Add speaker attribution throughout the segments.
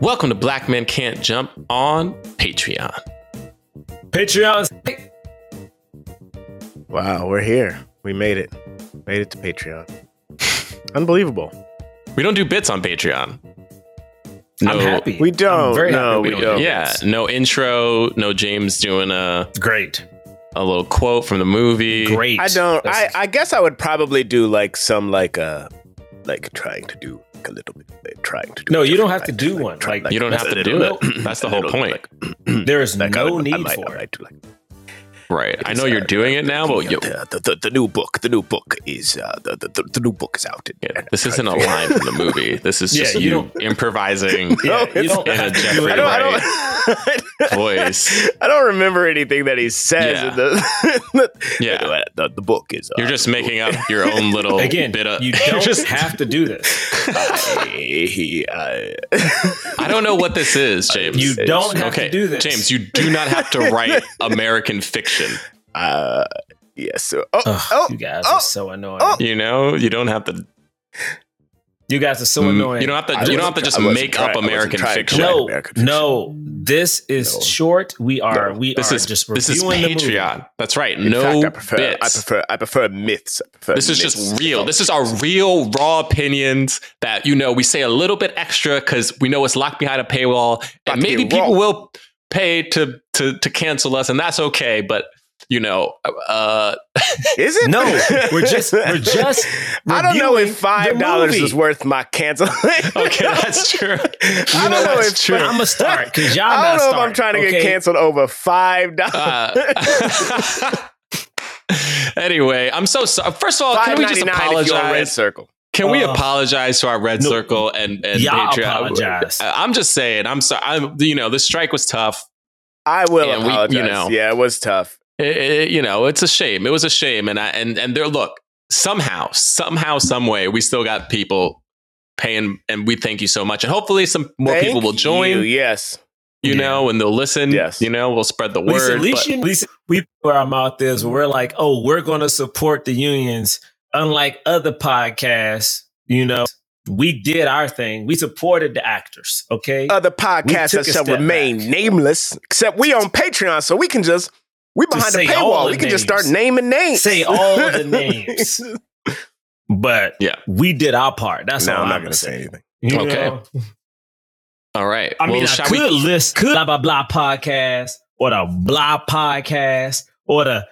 Speaker 1: Welcome to Black Men Can't Jump on Patreon.
Speaker 2: Patreon.
Speaker 3: Wow, we're here. We made it. Made it to Patreon. Unbelievable.
Speaker 1: We don't do bits on Patreon.
Speaker 2: I'm happy.
Speaker 3: We don't.
Speaker 2: I'm very happy
Speaker 3: no,
Speaker 2: we
Speaker 3: we
Speaker 2: don't.
Speaker 3: don't.
Speaker 1: Yeah, no intro, no James doing a,
Speaker 2: Great.
Speaker 1: a little quote from the movie.
Speaker 2: Great.
Speaker 3: I don't. I,
Speaker 2: That's-
Speaker 3: I guess I would probably do like some like uh like trying to do like a little bit like, trying to do.
Speaker 2: No,
Speaker 3: it,
Speaker 2: you don't
Speaker 3: like,
Speaker 2: have to
Speaker 3: like,
Speaker 2: do
Speaker 3: like,
Speaker 2: one.
Speaker 3: try-
Speaker 2: Like,
Speaker 1: You don't
Speaker 2: that's
Speaker 1: have to
Speaker 2: a
Speaker 1: do
Speaker 2: little-
Speaker 1: it. That's the whole
Speaker 3: little,
Speaker 1: point.
Speaker 3: like,
Speaker 2: there is
Speaker 3: like, I
Speaker 2: no
Speaker 3: would- I
Speaker 2: need
Speaker 3: might-
Speaker 2: for
Speaker 3: I
Speaker 2: it.
Speaker 3: might do like
Speaker 1: right. I know you're doing it now, but yo,
Speaker 3: the, the, the, the new book, the new book is uh, the, the, the new book is out.
Speaker 1: yeah, this isn't a line from the movie. This is
Speaker 2: Yeah,
Speaker 1: just
Speaker 2: you
Speaker 1: you
Speaker 2: don't-
Speaker 1: improvising
Speaker 2: Yeah,
Speaker 3: No,
Speaker 2: you
Speaker 3: it's-
Speaker 2: don't
Speaker 1: in a
Speaker 2: have to do
Speaker 1: Jeffrey
Speaker 2: it.
Speaker 3: I don't, I don't,
Speaker 1: Wright voice.
Speaker 3: I don't remember anything that he says.
Speaker 1: Yeah.
Speaker 3: In the,
Speaker 1: Yeah.
Speaker 3: the, the book is. Uh,
Speaker 1: You're just making up your own little
Speaker 2: Again,
Speaker 1: bit of.
Speaker 2: you don't have to do this.
Speaker 3: I, I,
Speaker 1: I don't know what this is, James.
Speaker 2: You don't have
Speaker 1: okay,
Speaker 2: to do this.
Speaker 1: James, you do not have to write American fiction.
Speaker 3: uh, yes. so- oh,
Speaker 2: Ugh,
Speaker 3: oh,
Speaker 2: you guys
Speaker 3: oh,
Speaker 2: are so annoying.
Speaker 3: oh.
Speaker 1: You know, you don't have to.
Speaker 2: You guys are so
Speaker 1: Mm,
Speaker 2: annoying.
Speaker 1: You don't have to.
Speaker 3: I
Speaker 1: you
Speaker 3: wasn't
Speaker 1: don't have to
Speaker 3: try-
Speaker 1: just
Speaker 3: I wasn't
Speaker 1: make
Speaker 3: try- I
Speaker 1: up
Speaker 3: wasn't
Speaker 1: American
Speaker 3: trying to
Speaker 1: fiction.
Speaker 3: write
Speaker 2: no,
Speaker 3: American fiction.
Speaker 2: no. This is
Speaker 3: No.
Speaker 2: short. We are. We
Speaker 1: This
Speaker 2: are
Speaker 1: is
Speaker 2: just
Speaker 1: this is
Speaker 2: reviewing the movie.
Speaker 1: Patreon. That's right.
Speaker 3: In
Speaker 1: no
Speaker 3: fact, I prefer,
Speaker 1: bits.
Speaker 3: I prefer. I prefer myths. I prefer
Speaker 1: this is
Speaker 3: myths.
Speaker 1: just real. This is our real raw opinions that you know we say a little bit extra because we know it's locked behind a paywall,
Speaker 3: About
Speaker 1: and
Speaker 3: to be
Speaker 1: maybe people
Speaker 3: raw.
Speaker 1: will pay to to to cancel us, and that's okay. But you know, uh,
Speaker 3: Is it?
Speaker 2: No, we're just we're just.
Speaker 3: I don't know
Speaker 2: reviewing
Speaker 3: if five
Speaker 2: the
Speaker 3: dollars
Speaker 2: movie.
Speaker 3: is worth my cancel.
Speaker 1: okay, that's true.
Speaker 3: I don't know if
Speaker 2: I'm gonna start because y'all.
Speaker 3: I
Speaker 2: not
Speaker 3: don't know if
Speaker 2: starting,
Speaker 3: I'm trying to get
Speaker 2: okay?
Speaker 3: canceled over five dollars.
Speaker 1: Uh, anyway, I'm so sorry. First of all, can
Speaker 3: Five
Speaker 1: we just
Speaker 3: ninety nine if you're on Red
Speaker 1: apologize?
Speaker 3: Circle.
Speaker 1: Can we
Speaker 2: Uh,
Speaker 1: apologize to our Red
Speaker 2: no.
Speaker 1: Circle and and
Speaker 2: Y'all
Speaker 1: Patreon?
Speaker 2: apologize.
Speaker 1: I- I'm just saying. I'm sorry. I'm, you know, the strike was tough.
Speaker 3: I will
Speaker 1: Yeah, we- you
Speaker 3: apologize.
Speaker 1: know.
Speaker 3: Yeah, it was tough.
Speaker 1: It- it- you know, it's a shame. It was a shame. And I and and there. Look, somehow, somehow, some way, we still got people paying, and we thank you so much. And hopefully, some more
Speaker 3: Thank
Speaker 1: people will join.
Speaker 3: you,
Speaker 1: You,
Speaker 3: yes,
Speaker 2: Yeah.
Speaker 1: know, and they'll listen.
Speaker 3: Yes.
Speaker 1: You know, we'll spread the
Speaker 2: Lisa,
Speaker 1: word.
Speaker 2: at least
Speaker 1: but-
Speaker 2: you- at least we put where our mouth is. Where we're like, oh, we're going to support the unions. Unlike other podcasts, you know, we did our thing. We supported the actors. Okay,
Speaker 3: other
Speaker 2: We
Speaker 3: podcasts
Speaker 2: took
Speaker 3: that
Speaker 2: a
Speaker 3: shall
Speaker 2: step
Speaker 3: remain
Speaker 2: back.
Speaker 3: nameless, except we on Patreon, so we can just we behind
Speaker 2: say
Speaker 3: the
Speaker 2: all
Speaker 3: paywall.
Speaker 2: the
Speaker 3: We can just
Speaker 2: names.
Speaker 3: start naming names.
Speaker 2: Say all the names. but
Speaker 1: Yeah.
Speaker 2: we did our part. That's
Speaker 3: no,
Speaker 2: all
Speaker 3: I'm not
Speaker 2: going
Speaker 3: gonna
Speaker 2: to
Speaker 3: say anything.
Speaker 2: You
Speaker 1: Okay.
Speaker 2: know?
Speaker 1: All right.
Speaker 2: I mean,
Speaker 1: well,
Speaker 2: I
Speaker 1: shall we
Speaker 2: could list could blah blah blah podcast or the blah podcast or the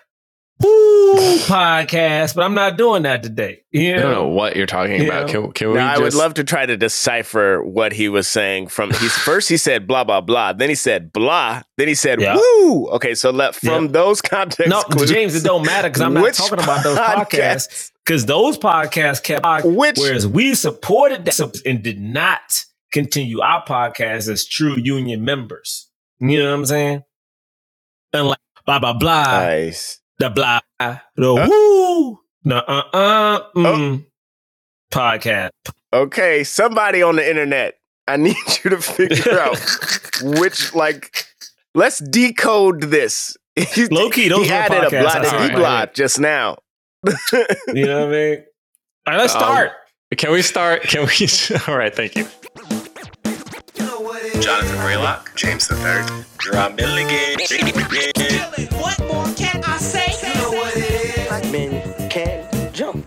Speaker 2: woo podcast, but I'm not doing that today. You
Speaker 1: I don't
Speaker 2: know?
Speaker 1: know what you're talking
Speaker 2: You
Speaker 1: about.
Speaker 2: know?
Speaker 1: Can, can we?
Speaker 3: Now, I would
Speaker 1: just-
Speaker 3: love to try to decipher what he was saying from he's first he said blah blah blah, then he said blah, then he said
Speaker 2: Yeah.
Speaker 3: woo. Okay, so let from those context
Speaker 2: No,
Speaker 3: clues,
Speaker 2: James, it don't matter because I'm not
Speaker 3: which
Speaker 2: talking about those podcasts
Speaker 3: podcast-
Speaker 2: because those podcasts kept,
Speaker 3: Which
Speaker 2: whereas we supported that and did not continue our podcast as true union members. You know what I'm saying? And like blah blah blah,
Speaker 3: nice.
Speaker 2: the blah, the
Speaker 3: Uh.
Speaker 2: woo, no uh uh
Speaker 3: Oh.
Speaker 2: mm, podcast.
Speaker 3: Okay, somebody on the internet, I need you to figure out which like let's decode this. He,
Speaker 2: Low key, those
Speaker 3: he
Speaker 2: were
Speaker 3: added a
Speaker 2: podcasts
Speaker 3: blah
Speaker 2: I
Speaker 3: to
Speaker 1: saw in
Speaker 3: he
Speaker 1: my
Speaker 3: blah just now.
Speaker 2: You know what I mean? All right, let's
Speaker 1: Um,
Speaker 2: start.
Speaker 1: Can we start? Can we? All right. Thank you.
Speaker 4: Jonathan Raylock, James the Third, Rob Milligan,
Speaker 5: What more can I say?
Speaker 6: black men can't jump.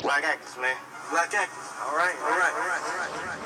Speaker 4: Black actors, man. Black actors. All right, all right, all right, all right.